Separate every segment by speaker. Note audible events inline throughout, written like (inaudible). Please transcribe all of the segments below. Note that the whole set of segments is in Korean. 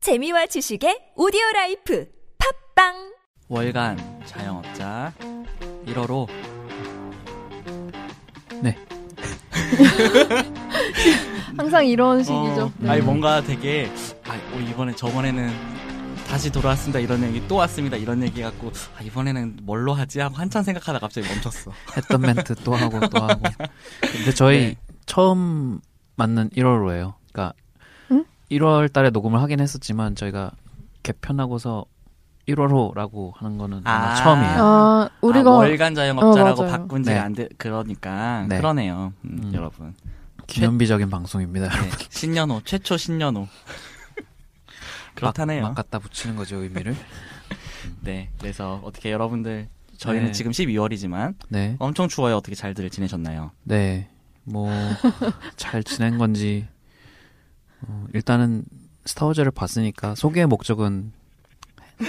Speaker 1: 재미와 지식의 오디오 라이프 팝빵
Speaker 2: 월간 자영업자 1호로 네.
Speaker 3: 항상 이런 식이죠. 네.
Speaker 2: 어, 아니 뭔가 되게 아 어, 이번에 저번에는 다시 돌아왔습니다 이런 얘기 또 왔습니다 이런 얘기 갖고 아, 이번에는 뭘로 하지 하고 한참 생각하다 갑자기 멈췄어.
Speaker 4: 했던 멘트 또 하고 또 하고. 근데 저희
Speaker 2: 네.
Speaker 4: 처음 맞는 1월로예요. 그러니까
Speaker 3: 응?
Speaker 4: 1월 달에 녹음을 하긴 했었지만 저희가 개편하고서 1월호라고 하는 거는 아마
Speaker 2: 아.
Speaker 4: 처음이에요.
Speaker 3: 아, 우리가
Speaker 2: 아, 월간 자영업자라고
Speaker 3: 어, 맞아요.
Speaker 2: 바꾼 지
Speaker 4: 네.
Speaker 2: 안 돼. 그러니까
Speaker 4: 네.
Speaker 2: 그러네요. 음,
Speaker 4: 음.
Speaker 2: 여러분.
Speaker 4: 기념비적인 방송입니다.
Speaker 2: 네, 신년호 최초
Speaker 4: (laughs)
Speaker 2: 신년호. 그렇다네요.
Speaker 4: 막, 막 갖다 붙이는 거죠,
Speaker 2: (laughs)
Speaker 4: 의미를.
Speaker 2: 네. 그래서 어떻게 여러분들 저희는
Speaker 4: 네.
Speaker 2: 지금 12월이지만
Speaker 4: 네.
Speaker 2: 엄청 추워요. 어떻게 잘들
Speaker 3: (laughs)
Speaker 2: 지내셨나요?
Speaker 4: 네. 뭐, 잘 지낸 건지, 어, 일단은 스타워즈를 봤으니까 소개의 목적은,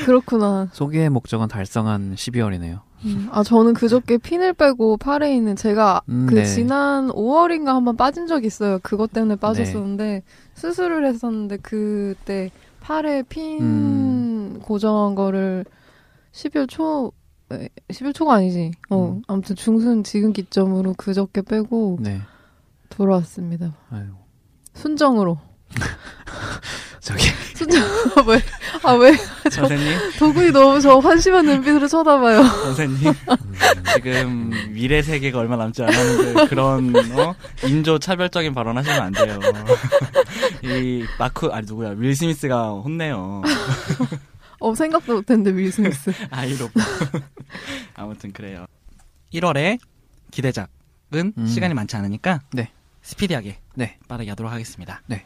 Speaker 3: 그렇구나.
Speaker 4: 소개의 목적은 달성한 12월이네요.
Speaker 3: 음, 아, 저는 그저께 핀을 빼고 팔에 있는 제가
Speaker 4: 음,
Speaker 3: 그
Speaker 4: 네.
Speaker 3: 지난 5월인가 한번 빠진 적이 있어요. 그것 때문에 빠졌었는데 수술을 했었는데 그때 팔에 핀
Speaker 4: 음.
Speaker 3: 고정한 거를 12월 초 에, 12월 초가 아니지. 어,
Speaker 4: 음.
Speaker 3: 아무튼 중순 지금 기점으로 그저께 빼고
Speaker 4: 네.
Speaker 3: 돌아왔습니다.
Speaker 4: 아유,
Speaker 3: 순정으로.
Speaker 4: 저기,
Speaker 3: 순정으로 왜? 아, 왜?
Speaker 2: 선생님,
Speaker 3: 도군이 너무 저 한심한 눈빛으로 쳐다봐요.
Speaker 2: 선생님
Speaker 3: 음.
Speaker 2: 지금 미래 세계가 얼마 남지 않았는데 그런 어? 인조 차별적인 발언하시면 안 돼요. 이 마크 아니 누구야 윌 스미스가 혼내요
Speaker 3: 어, 생각도 못했는데, 윌 스미스.
Speaker 2: 아이로. 아무튼 그래요. 1월에 기대작은
Speaker 4: 음.
Speaker 2: 시간이 많지 않으니까
Speaker 4: 네.
Speaker 2: 스피디하게
Speaker 4: 네.
Speaker 2: 빠르게 하도록 하겠습니다.
Speaker 4: 네.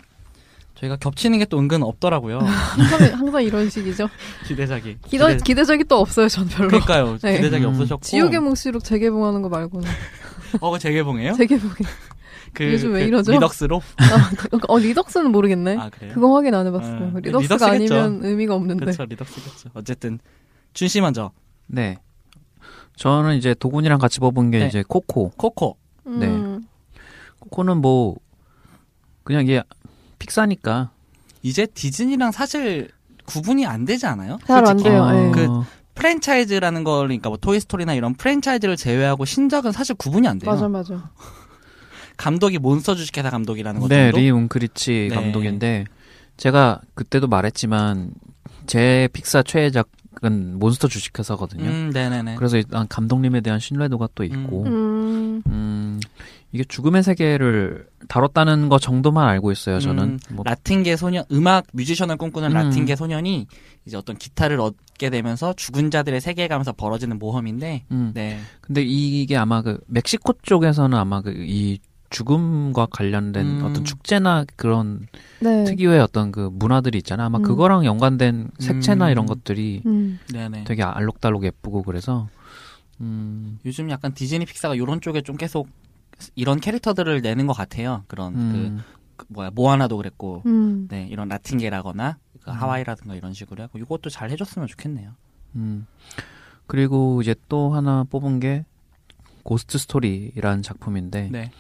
Speaker 2: 저희가 겹치는 게 또 은근
Speaker 3: (laughs)
Speaker 2: 없더라고요.
Speaker 3: 항상, 항상 이런 식이죠.
Speaker 2: 기대작이.
Speaker 3: 기대,
Speaker 2: 기대-
Speaker 3: 기대적이 또 없어요, 전 별로.
Speaker 2: 그러니까요.
Speaker 3: 네.
Speaker 2: 기대작이
Speaker 4: 음.
Speaker 2: 없으셨고.
Speaker 3: 지옥의 몽시록 재개봉하는 거 말고는.
Speaker 2: 어, 재개봉이에요?
Speaker 3: 재개봉이.
Speaker 2: 그,
Speaker 3: 요즘 왜
Speaker 2: 그
Speaker 3: 이러죠?
Speaker 2: 리덕스로?
Speaker 3: 아, 그- 어, 리덕스는 모르겠네.
Speaker 2: 아, 그래요?
Speaker 3: 그거 확인 안 해봤어요.
Speaker 2: 아,
Speaker 3: 리덕스가
Speaker 2: 리덕스겠죠.
Speaker 3: 아니면 의미가 없는데.
Speaker 2: 그쵸, 리덕스겠죠. 어쨌든, 준씨 먼저.
Speaker 4: 네. 저는 이제 도군이랑 같이 뽑은 게
Speaker 2: 네.
Speaker 4: 이제 코코.
Speaker 2: 코코.
Speaker 3: 음,
Speaker 4: 네. 코코는 뭐, 그냥 이게 픽사니까.
Speaker 2: 이제 디즈니랑 사실 구분이 안 되지 않아요?
Speaker 3: 잘안
Speaker 2: 솔직히.
Speaker 3: 돼요. 네.
Speaker 2: 그 프랜차이즈라는 걸, 그러니까 뭐 토이스토리나 이런 프랜차이즈를 제외하고 신작은 사실 구분이 안 돼요.
Speaker 3: 맞아, 맞아.
Speaker 2: 감독이 몬스터 주식회사 감독이라는 것
Speaker 4: 네,
Speaker 2: 정도?
Speaker 4: 리 웅크리치
Speaker 2: 네.
Speaker 4: 감독인데 제가 그때도 말했지만 제 픽사 최애작은 몬스터 주식회사거든요.
Speaker 2: 음, 네네네.
Speaker 4: 그래서 일단 감독님에 대한 신뢰도가 또 있고 음.
Speaker 3: 음,
Speaker 4: 이게 죽음의 세계를 다뤘다는 거 정도만 알고 있어요.
Speaker 2: 음,
Speaker 4: 저는 뭐,
Speaker 2: 라틴계 소년, 음악 뮤지션을 꿈꾸는
Speaker 4: 음.
Speaker 2: 라틴계 소년이 이제 어떤 기타를 얻게 되면서 죽은 자들의 세계감에서 벌어지는 모험인데,
Speaker 4: 음.
Speaker 2: 네.
Speaker 4: 근데 이게 아마 그 멕시코 쪽에서는 아마 그 이 죽음과 관련된
Speaker 2: 음.
Speaker 4: 어떤 축제나 그런
Speaker 3: 네.
Speaker 4: 특유의 어떤 그 문화들이 있잖아. 아마
Speaker 3: 음.
Speaker 4: 그거랑 연관된 색채나
Speaker 2: 음.
Speaker 4: 이런 것들이
Speaker 3: 음,
Speaker 2: 네네.
Speaker 4: 되게 알록달록 예쁘고 그래서 음,
Speaker 2: 요즘 약간 디즈니 픽사가 이런 쪽에 좀 계속 이런 캐릭터들을 내는 것 같아요. 그런 그,
Speaker 4: 음,
Speaker 2: 그 뭐야 모아나도 그랬고,
Speaker 3: 음.
Speaker 2: 네 이런 라틴계라거나 그 하와이라든가 이런 식으로 하고 이것도 잘 해줬으면 좋겠네요.
Speaker 4: 음. 그리고 이제 또 하나 뽑은 게 고스트 스토리라는 작품인데
Speaker 2: 네.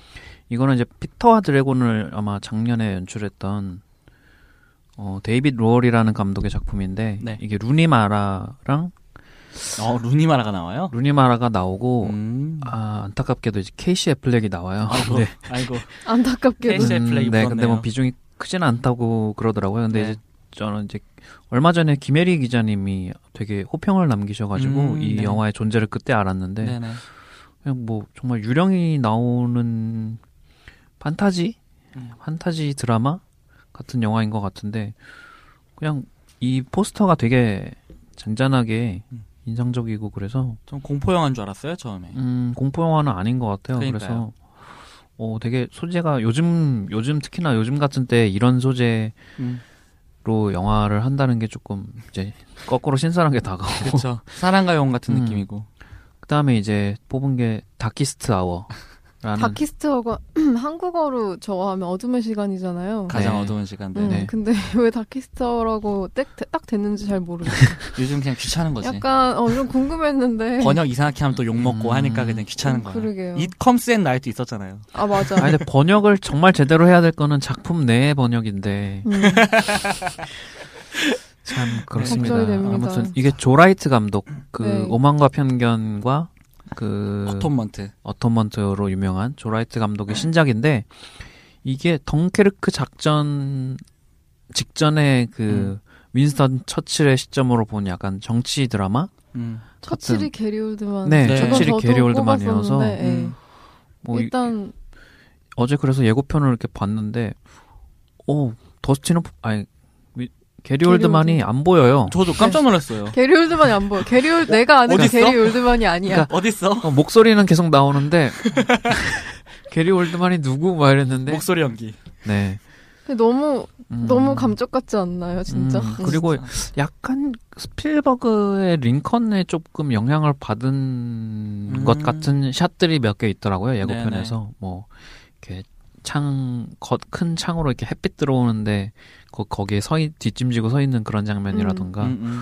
Speaker 4: 이거는 이제 피터와 드래곤을 아마 작년에 연출했던 어, 데이빗 로얼이라는 감독의 작품인데
Speaker 2: 네.
Speaker 4: 이게 루니마라랑
Speaker 2: 어 루니마라가 나와요.
Speaker 4: 루니마라가 나오고
Speaker 2: 음.
Speaker 4: 아 안타깝게도 이제 케이시 애플렉이 나와요.
Speaker 2: 아이고, (laughs)
Speaker 4: 네.
Speaker 2: 아이고.
Speaker 3: 안타깝게도.
Speaker 2: 케이시- 애플렉이
Speaker 4: 네, 근데
Speaker 2: 부럽네요.
Speaker 4: 뭐 비중이 크진 않다고 그러더라고요. 근데
Speaker 2: 네.
Speaker 4: 이제 저는 이제 얼마 전에 김혜리 기자님이 되게 호평을 남기셔가지고
Speaker 2: 음,
Speaker 4: 이
Speaker 2: 네.
Speaker 4: 영화의 존재를 그때 알았는데
Speaker 2: 네네.
Speaker 4: 그냥 뭐 정말 유령이 나오는 판타지
Speaker 2: 음.
Speaker 4: 판타지 드라마 같은 영화인 것 같은데 그냥 이 포스터가 되게 잔잔하게
Speaker 2: 음.
Speaker 4: 인상적이고 그래서
Speaker 2: 전 공포 영화인 줄 알았어요 처음에.
Speaker 4: 음, 공포 영화는 아닌 것 같아요. 그
Speaker 2: 그러니까요.
Speaker 4: 래서 어, 되게 소재가 요즘 요즘 특히나 요즘 같은 때 이런 소재로
Speaker 2: 음.
Speaker 4: 영화를 한다는 게 조금 이제 거꾸로 신선하게 다가오고 (laughs)
Speaker 2: 그렇죠. 사랑과 용 같은
Speaker 4: 음.
Speaker 2: 느낌이고.
Speaker 4: 그다음에 이제 뽑은 게 다키스트
Speaker 2: 네.
Speaker 4: 아워라는
Speaker 3: 다키스트하고 (clears throat) 한국어로 저거 하면 어둠의 시간이잖아요.
Speaker 2: 가장
Speaker 4: 네.
Speaker 2: 어두운 시간대.
Speaker 3: 음,
Speaker 4: 네.
Speaker 3: 근데 (laughs) 왜 다키스터라고 딱, 딱 됐는지 잘 모르겠어요.
Speaker 2: 요즘 그냥 귀찮은 거지.
Speaker 3: 약간 어, 좀 궁금했는데.
Speaker 2: (laughs) 번역 이상하게 하면 또 욕 먹고
Speaker 4: 음.
Speaker 2: 하니까 그냥 귀찮은
Speaker 3: 음,
Speaker 2: 거야.
Speaker 3: 그러게요.
Speaker 2: It comes and night 있었잖아요.
Speaker 3: 아 맞아.
Speaker 4: 아 근데 번역을 정말 제대로 해야 될 거는 작품 내 번역인데
Speaker 3: 음,
Speaker 4: 참 그렇습니다.
Speaker 3: 걱정이 됩니다.
Speaker 4: 아무튼 이게 조라이트 감독 그
Speaker 3: 네.
Speaker 4: 오만과 편견과 그
Speaker 2: 아, 코톤먼트.
Speaker 4: 어톤먼트로 유명한 조라이트 감독의 신작인데 이게 덩케르크 작전 직전에 그 윈스턴 처칠의 시점으로 본 약간 정치 드라마
Speaker 2: 음.
Speaker 3: 처칠이 게리 올드만.
Speaker 4: 네,
Speaker 2: 네.
Speaker 3: 저건
Speaker 4: 처칠이
Speaker 3: 저도
Speaker 4: 게리 올드만이어서
Speaker 3: 꼽았었는데, 예.
Speaker 2: 음.
Speaker 4: 뭐 이-
Speaker 3: 일단
Speaker 4: 어제 그래서 예고편을 이렇게 봤는데 오 더스틴은 아니 위- 게리 올드만이 안 보여요.
Speaker 2: 저도 깜짝 놀랐어요.
Speaker 3: 게리 올드만이 안 보여. 게리 올 내가 아는 그
Speaker 2: 어딨어? 그러니까
Speaker 3: 게리 올드만이
Speaker 2: (laughs)
Speaker 3: 아니야.
Speaker 2: 어딨어?
Speaker 4: 어, 목소리는 계속 나오는데 (laughs) 게리 올드만이 누구 막 이랬는데
Speaker 2: 목소리 연기.
Speaker 4: 네
Speaker 3: 너무
Speaker 4: 음.
Speaker 3: 너무 감쪽 같지 않나요, 진짜?
Speaker 4: 음, 그리고 약간 스필버그의 링컨에 조금 영향을 받은
Speaker 2: 음.
Speaker 4: 것 같은 샷들이 몇 개 있더라고요 예고편에서 뭐 이렇게 창큰 창으로 이렇게 햇빛 들어오는데 거, 거기에 서 있- 뒷짐지고 서 있는 그런 장면이라던가
Speaker 2: 음, 음.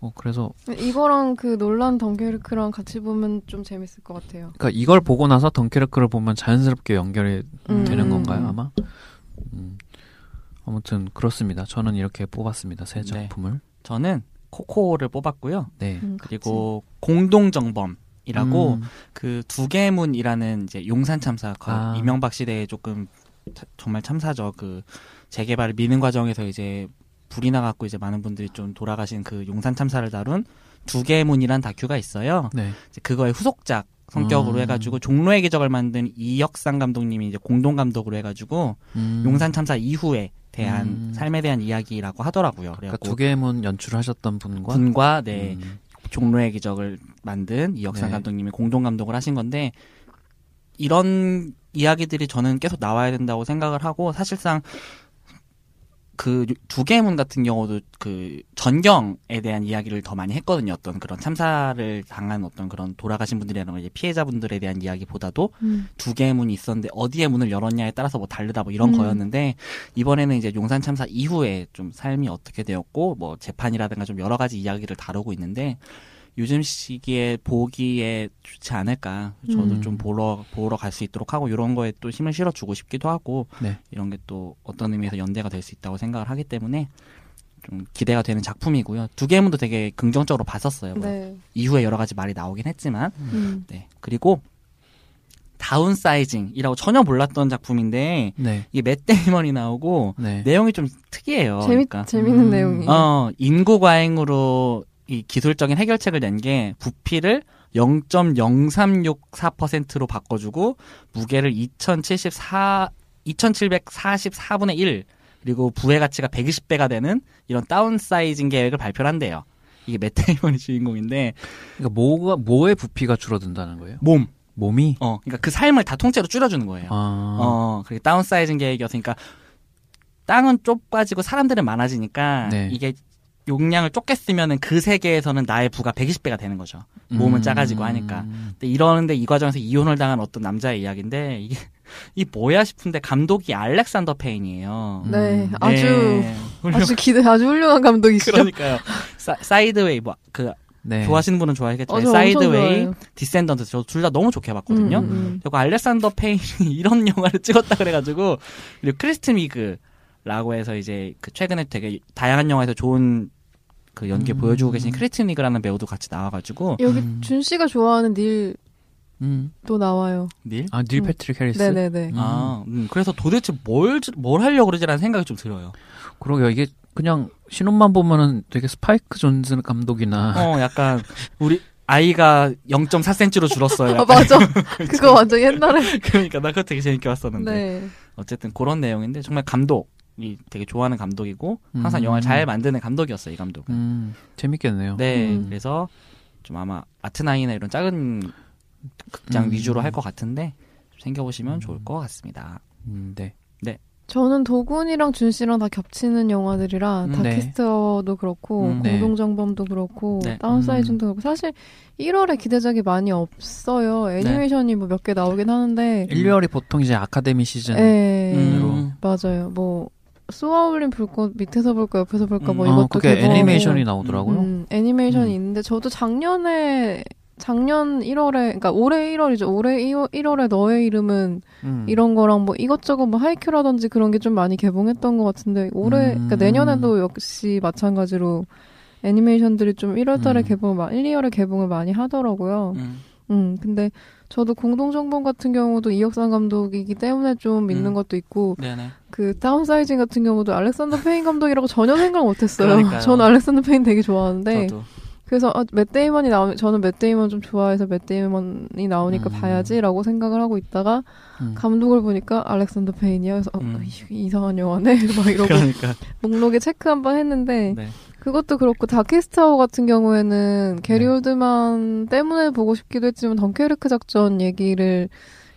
Speaker 4: 어, 그래서
Speaker 3: 이거랑 그 놀란 덩케르크랑 같이 보면 좀 재밌을 것 같아요.
Speaker 4: 그러니까 이걸 보고 나서 덩케르크를 보면 자연스럽게 연결이
Speaker 3: 음.
Speaker 4: 되는 건가요 아마 음. 아무튼 그렇습니다 저는 이렇게 뽑았습니다 세
Speaker 2: 네.
Speaker 4: 작품을
Speaker 2: 저는 코코를 뽑았고요.
Speaker 4: 네
Speaker 3: 음, 같이.
Speaker 2: 그리고 공동정범이라고
Speaker 4: 음.
Speaker 2: 그 두개문이라는 이제 용산 참사 거-
Speaker 4: 아.
Speaker 2: 이명박 시대에 조금 차- 정말 참사죠. 그 재개발을 미는 과정에서 이제 불이 나갖고 이제 많은 분들이 좀 돌아가신 그 용산 참사를 다룬 두개문이란 다큐가 있어요.
Speaker 4: 네.
Speaker 2: 이제 그거의 후속작 성격으로
Speaker 4: 음.
Speaker 2: 해가지고 종로의 기적을 만든 이혁상 감독님이 이제 공동 감독으로 해가지고
Speaker 4: 음.
Speaker 2: 용산 참사 이후에 대한
Speaker 4: 음.
Speaker 2: 삶에 대한 이야기라고 하더라고요.
Speaker 4: 그러니까
Speaker 2: 그래갖고
Speaker 4: 두 개의 문 연출하셨던 분과
Speaker 2: 군과 네
Speaker 4: 음.
Speaker 2: 종로의 기적을 만든 이혁상
Speaker 4: 네.
Speaker 2: 감독님이 공동 감독을 하신 건데 이런 이야기들이 저는 계속 나와야 된다고 생각을 하고 사실상 그 두개문 같은 경우도 그 전경에 대한 이야기를 더 많이 했거든요. 어떤 그런 참사를 당한 어떤 그런 돌아가신 분들이라는 이제 피해자분들에 대한 이야기보다도
Speaker 3: 음.
Speaker 2: 두 개의 문이 있었는데 어디에 문을 열었냐에 따라서 뭐 다르다 뭐 이런
Speaker 3: 음.
Speaker 2: 거였는데 이번에는 이제 용산 참사 이후에 좀 삶이 어떻게 되었고 뭐 재판이라든가 좀 여러 가지 이야기를 다루고 있는데 요즘 시기에 보기에 좋지 않을까 저도
Speaker 4: 음.
Speaker 2: 좀 보러 보러 갈 수 있도록 하고 이런 거에 또 힘을 실어 주고 싶기도 하고
Speaker 4: 네.
Speaker 2: 이런 게 또 어떤 의미에서 연대가 될 수 있다고 생각을 하기 때문에 좀 기대가 되는 작품이고요 두 개의 문도 되게 긍정적으로 봤었어요 뭐
Speaker 3: 네.
Speaker 2: 이후에 여러 가지 말이 나오긴 했지만
Speaker 3: 음.
Speaker 2: 네. 그리고 다운사이징이라고 전혀 몰랐던 작품인데
Speaker 4: 네.
Speaker 2: 이게 맷 데이먼이 나오고
Speaker 4: 네.
Speaker 2: 내용이 좀 특이해요.
Speaker 3: 재밌
Speaker 2: 그러니까
Speaker 3: 재밌는
Speaker 4: 음.
Speaker 3: 내용이.
Speaker 2: 어 인구 과잉으로 이 기술적인 해결책을 낸 게 부피를 0.0364%로 바꿔주고 무게를 2074 2744분의 1 그리고 부의 가치가 120배가 되는 이런 다운사이징 계획을 발표를 한대요. 이게 맷 데이먼이 주인공인데
Speaker 4: 그러니까 뭐가 뭐의 부피가 줄어든다는 거예요?
Speaker 2: 몸,
Speaker 4: 몸이
Speaker 2: 어, 그러니까 그 삶을 다 통째로 줄여주는 거예요.
Speaker 4: 아.
Speaker 2: 어, 그게 다운사이징 계획이었으니까 땅은 좁아지고 사람들은 많아지니까
Speaker 4: 네.
Speaker 2: 이게 용량을 좁게 쓰면은 그 세계에서는 나의 부가 120배가 되는 거죠.
Speaker 4: 음.
Speaker 2: 몸은 작아지고 하니까. 근데 이러는데 이 과정에서 이혼을 당한 어떤 남자의 이야기인데 이게 (laughs) 이 뭐야 싶은데 감독이 알렉산더 페인이에요.
Speaker 3: 네.
Speaker 4: 음.
Speaker 3: 아주
Speaker 2: 네.
Speaker 3: (laughs) 아주 기대 아주 훌륭한 감독이시죠.
Speaker 2: 그러니까요. 사, 이드웨이 뭐 그
Speaker 4: 네.
Speaker 2: 좋아하시는 분은
Speaker 3: 어,
Speaker 2: 좋아하겠지만
Speaker 3: 저
Speaker 2: 사이드웨이,
Speaker 3: 엄청
Speaker 2: 디센던트 저 둘 다 너무 좋게
Speaker 3: 좋아해요.
Speaker 2: 봤거든요.
Speaker 3: 음, 음.
Speaker 2: 그리고 알렉산더 페인이 (laughs) 이런 영화를 찍었다 그래가지고 그리고 크리스틴 위그라고 해서 이제 그 최근에 되게 다양한 영화에서 좋은 그 연기
Speaker 4: 음.
Speaker 2: 보여주고 계신 크리스틴 위그라는 배우도 같이 나와가지고
Speaker 3: 여기
Speaker 4: 음.
Speaker 3: 준 씨가 좋아하는 닐도
Speaker 4: 음.
Speaker 3: 나와요.
Speaker 2: 닐
Speaker 4: 아, 닐
Speaker 3: 음.
Speaker 4: 패트릭 해리스.
Speaker 3: 네네네.
Speaker 4: 음.
Speaker 2: 아 음, 그래서 도대체 뭘 뭘 하려고 그러지라는 생각이 좀 들어요.
Speaker 4: 그러게요. 이게 그냥 신혼만 보면은 되게 스파이크 존슨 감독이나
Speaker 2: 어 약간 우리 아이가 0.4cm로 (laughs) 줄었어요.
Speaker 3: 아 맞아. (laughs) 그거 완전 옛날에.
Speaker 2: 그러니까 나 그거 되게 재밌게 봤었는데
Speaker 3: 네.
Speaker 2: 어쨌든 그런 내용인데 정말 감독이 되게 좋아하는 감독이고 항상
Speaker 4: 음.
Speaker 2: 영화를 잘 만드는 감독이었어요 이 감독.
Speaker 4: (laughs) 음. 재밌겠네요.
Speaker 2: 네,
Speaker 3: 음.
Speaker 2: 그래서 좀 아마 아트나이나 이런 작은 극장
Speaker 4: 음.
Speaker 2: 위주로 할 것 같은데 생겨보시면 좋을 것 같습니다.
Speaker 4: 음, 네.
Speaker 3: 저는 도군이랑 준 씨랑 다 겹치는 영화들이라
Speaker 2: 음,
Speaker 3: 다키스트도 그렇고
Speaker 2: 음,
Speaker 4: 네.
Speaker 3: 공동정범도 그렇고
Speaker 2: 네.
Speaker 3: 다운사이징도 그렇고 사실 1월에 기대작이 많이 없어요. 애니메이션이 뭐 몇 개 나오긴 하는데
Speaker 4: 1, 2월이 보통 이제 아카데미 시즌.
Speaker 3: 예
Speaker 2: 음.
Speaker 3: 맞아요. 뭐 쏘아올린 불꽃 밑에서 볼까 옆에서 볼까 뭐
Speaker 2: 음,
Speaker 4: 어,
Speaker 3: 이것도 음,
Speaker 4: 그게
Speaker 3: 개봉하고.
Speaker 4: 애니메이션이 나오더라고요.
Speaker 3: 음, 애니메이션이
Speaker 2: 음.
Speaker 3: 있는데 저도 작년에 작년 1월에 그러니까 올해 1월이죠. 올해 1월에 너의 이름은
Speaker 4: 음.
Speaker 2: 음.
Speaker 3: 이런 거랑 뭐 이것저것 뭐 하이큐라든지 그런 게 좀 많이 개봉했던 것 같은데 올해
Speaker 4: 음.
Speaker 3: 그러니까 내년에도 역시 마찬가지로 애니메이션들이 좀 1월달에
Speaker 4: 음.
Speaker 3: 개봉을 마- 1, 2월에 개봉을 많이 하더라고요.
Speaker 2: 음.
Speaker 3: 음, 근데 저도 공동정범 같은 경우도 이혁상 감독이기 때문에 좀 믿는
Speaker 2: 음.
Speaker 3: 것도 있고
Speaker 2: 네네.
Speaker 3: 그 다운사이징 같은 경우도 알렉산더 페인 감독이라고 전혀 생각을
Speaker 2: 그러니까요.
Speaker 3: 못했어요. (laughs) 저는 알렉산더 페인 되게 좋아하는데
Speaker 2: 저도.
Speaker 3: 그래서 아, 맷 데이먼이 나오 저는 맷 데이먼 좀 좋아해서 맷 데이먼이 나오니까
Speaker 4: 음.
Speaker 3: 봐야지라고 생각을 하고 있다가
Speaker 4: 음.
Speaker 3: 감독을 보니까 알렉산더 페인이야. 그래서 어,
Speaker 2: 음.
Speaker 3: 이- 이상한 영화네 (laughs) 막 이러고
Speaker 2: 그러니까.
Speaker 3: 목록에 체크 한 번 했는데
Speaker 2: 네.
Speaker 3: 그것도 그렇고 다키스타워 같은 경우에는 게리
Speaker 4: 네.
Speaker 3: 올드만 때문에 보고 싶기도 했지만 덩케르크 작전 얘기를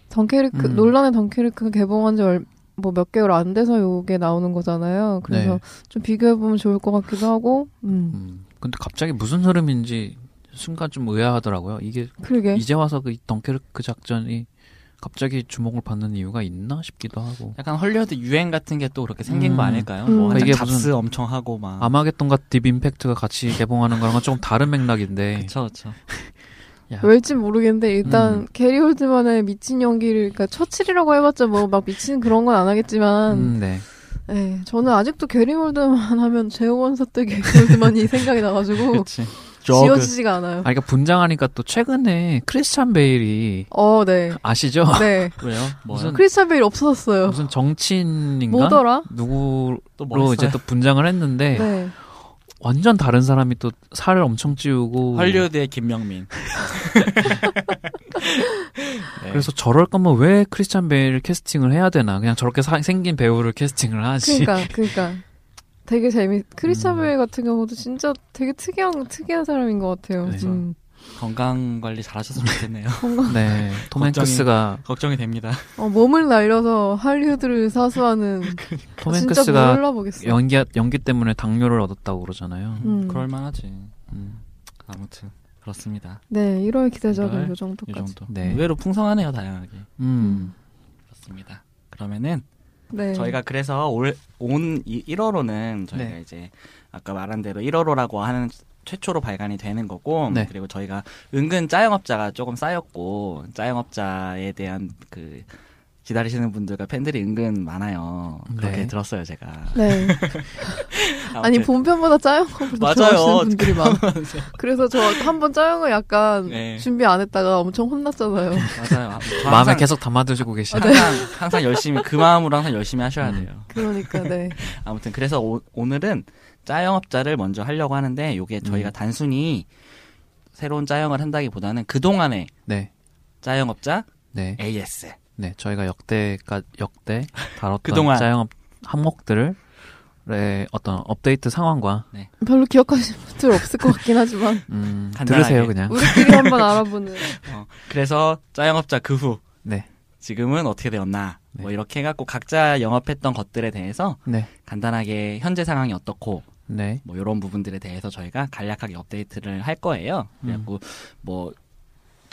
Speaker 3: 덩케르크
Speaker 4: 음.
Speaker 3: 논란의 덩케르크 개봉한 지뭐 몇 개월 안 돼서 요게 나오는 거잖아요. 그래서
Speaker 4: 네.
Speaker 3: 좀 비교해 보면 좋을 것 같기도 하고, 음,
Speaker 4: 음. 근데 갑자기 무슨 흐름인지 순간 좀 의아하더라고요. 이게
Speaker 3: 그러게
Speaker 4: 이제 와서 그 덩케르크 작전이 갑자기 주목을 받는 이유가 있나 싶기도 하고
Speaker 2: 약간 헐리우드 유행 같은 게 또 그렇게 생긴 거
Speaker 4: 음.
Speaker 2: 아닐까요?
Speaker 3: 음.
Speaker 2: 뭐
Speaker 4: 이게
Speaker 2: 이게 잡스
Speaker 4: 무슨-
Speaker 2: 엄청 하고 막.
Speaker 4: 아마겟돈과 딥 임팩트가 같이 개봉하는 거랑은 조금 다른 맥락인데
Speaker 2: 그쵸 그쵸.
Speaker 4: 야,
Speaker 3: 왜일지 모르겠는데 일단
Speaker 4: 음.
Speaker 3: 게리 홀드만의 미친 연기를 그러니까 처칠이라고 해봤자 뭐 막 미친 그런 건 안 하겠지만
Speaker 4: 음, 네.
Speaker 3: 예, 저는 아직도 게리 홀드만 (laughs) 하면 재원사 때 게리 홀드만이 (laughs) 생각이 나가지고
Speaker 2: 그치. 저그
Speaker 3: 지워지지가 않아요.
Speaker 4: 아, 그러니까 분장하니까 또 최근에 크리스찬 베일이
Speaker 3: 어, 네,
Speaker 4: 아시죠?
Speaker 3: 네.
Speaker 2: 왜요? 뭐요?
Speaker 4: 무슨-
Speaker 3: 크리스찬 베일 없어졌어요.
Speaker 4: 아, 무슨 정치인인가?
Speaker 3: 뭐더라?
Speaker 4: 누구로
Speaker 2: 또뭐
Speaker 4: 이제 또 분장을 했는데
Speaker 3: 네.
Speaker 4: 완전 다른 사람이 또 살을 엄청
Speaker 2: 뭐.
Speaker 4: 찌우고
Speaker 2: 헐리우드의 김명민. 네.
Speaker 4: 그래서 저럴 거면 왜 크리스찬 베일 캐스팅을 해야 되나? 그냥 저렇게 사- 생긴 배우를 캐스팅을 하지.
Speaker 3: 그러니까, 그러니까 되게 재미. 크리스찬
Speaker 4: 음.
Speaker 3: 베일 같은 경우도 진짜 되게 특이한 특이한 사람인 것 같아요.
Speaker 4: 네.
Speaker 3: 음.
Speaker 2: 건강 관리 잘하셨으면 좋겠네요. (laughs)
Speaker 4: 네. 톰
Speaker 2: 걱정이-
Speaker 4: 행크스가
Speaker 2: 걱정이 됩니다.
Speaker 3: 어, 몸을 날려서 할리우드를 사수하는
Speaker 4: (laughs) 톰
Speaker 3: 진짜
Speaker 4: 행크스가
Speaker 3: 몰라보겠어. 요
Speaker 4: 연기 연기 때문에 당뇨를 얻었다고 그러잖아요.
Speaker 3: 음.
Speaker 2: 그럴 만하지.
Speaker 4: 음.
Speaker 2: 아무튼 그렇습니다.
Speaker 3: 네, 1월
Speaker 2: 이월?
Speaker 3: 기대작은 요
Speaker 2: 이
Speaker 3: 정도까지.
Speaker 2: 정도.
Speaker 4: 네.
Speaker 2: 의외로 풍성하네요, 다양하게.
Speaker 4: 음.
Speaker 2: 그렇습니다. 그러면은
Speaker 3: 네.
Speaker 2: 저희가 그래서 올, 온 1월호는 저희가
Speaker 4: 네.
Speaker 2: 이제 아까 말한 대로 1월호라고 하는 최초로 발간이 되는 거고
Speaker 4: 네.
Speaker 2: 그리고 저희가 은근 짜영업자가 조금 쌓였고 짜영업자에 대한 그 기다리시는 분들과 팬들이 은근 많아요. 그렇게
Speaker 4: 네.
Speaker 2: 들었어요, 제가.
Speaker 3: 네. 아니
Speaker 2: 아무튼. (laughs)
Speaker 3: 본편보다 짜영업을
Speaker 2: 맞아요.
Speaker 3: 좋아하시는 분들이 많아. 그래서 저 한 번 짜영을 약간
Speaker 2: 네.
Speaker 3: 준비 안 했다가 엄청 혼났잖아요.
Speaker 2: 맞아요. 저
Speaker 4: 마음에
Speaker 2: 항상-
Speaker 4: 계속 담아두시고 계시죠.
Speaker 2: 항상, 항상 열심히 그 마음으로 항상 열심히 하셔야
Speaker 4: 음.
Speaker 2: 돼요.
Speaker 3: 그러니까 네.
Speaker 2: 아무튼 그래서 오, 오늘은 짜영업자를 먼저 하려고 하는데 요게 저희가
Speaker 4: 음.
Speaker 2: 단순히 새로운 짜영을 한다기보다는 그동안의
Speaker 4: 네.
Speaker 2: 짜영업자
Speaker 4: 네.
Speaker 2: AS
Speaker 4: 네. 저희가 역대가 역대 다뤘던
Speaker 2: 그동안.
Speaker 4: 짜영업 항목들을 의 어떤 업데이트 상황과
Speaker 3: 별로 기억하시는 분들 없을 것 같긴 하지만
Speaker 2: 아.
Speaker 4: 음,
Speaker 2: 간단하게.
Speaker 4: 들으세요 그냥.
Speaker 3: 우리끼리
Speaker 2: (laughs)
Speaker 3: 한번 알아보는.
Speaker 2: 어, 그래서 짜영업자 그 후
Speaker 4: 네.
Speaker 2: 지금은 어떻게 되었나
Speaker 4: 네.
Speaker 2: 뭐 이렇게 해갖고 각자 영업했던 것들에 대해서
Speaker 4: 네.
Speaker 2: 간단하게 현재 상황이 어떻고
Speaker 4: 네.
Speaker 2: 뭐 이런 부분들에 대해서 저희가 간략하게 업데이트를 할 거예요.
Speaker 4: 음.
Speaker 2: 그래갖고 뭐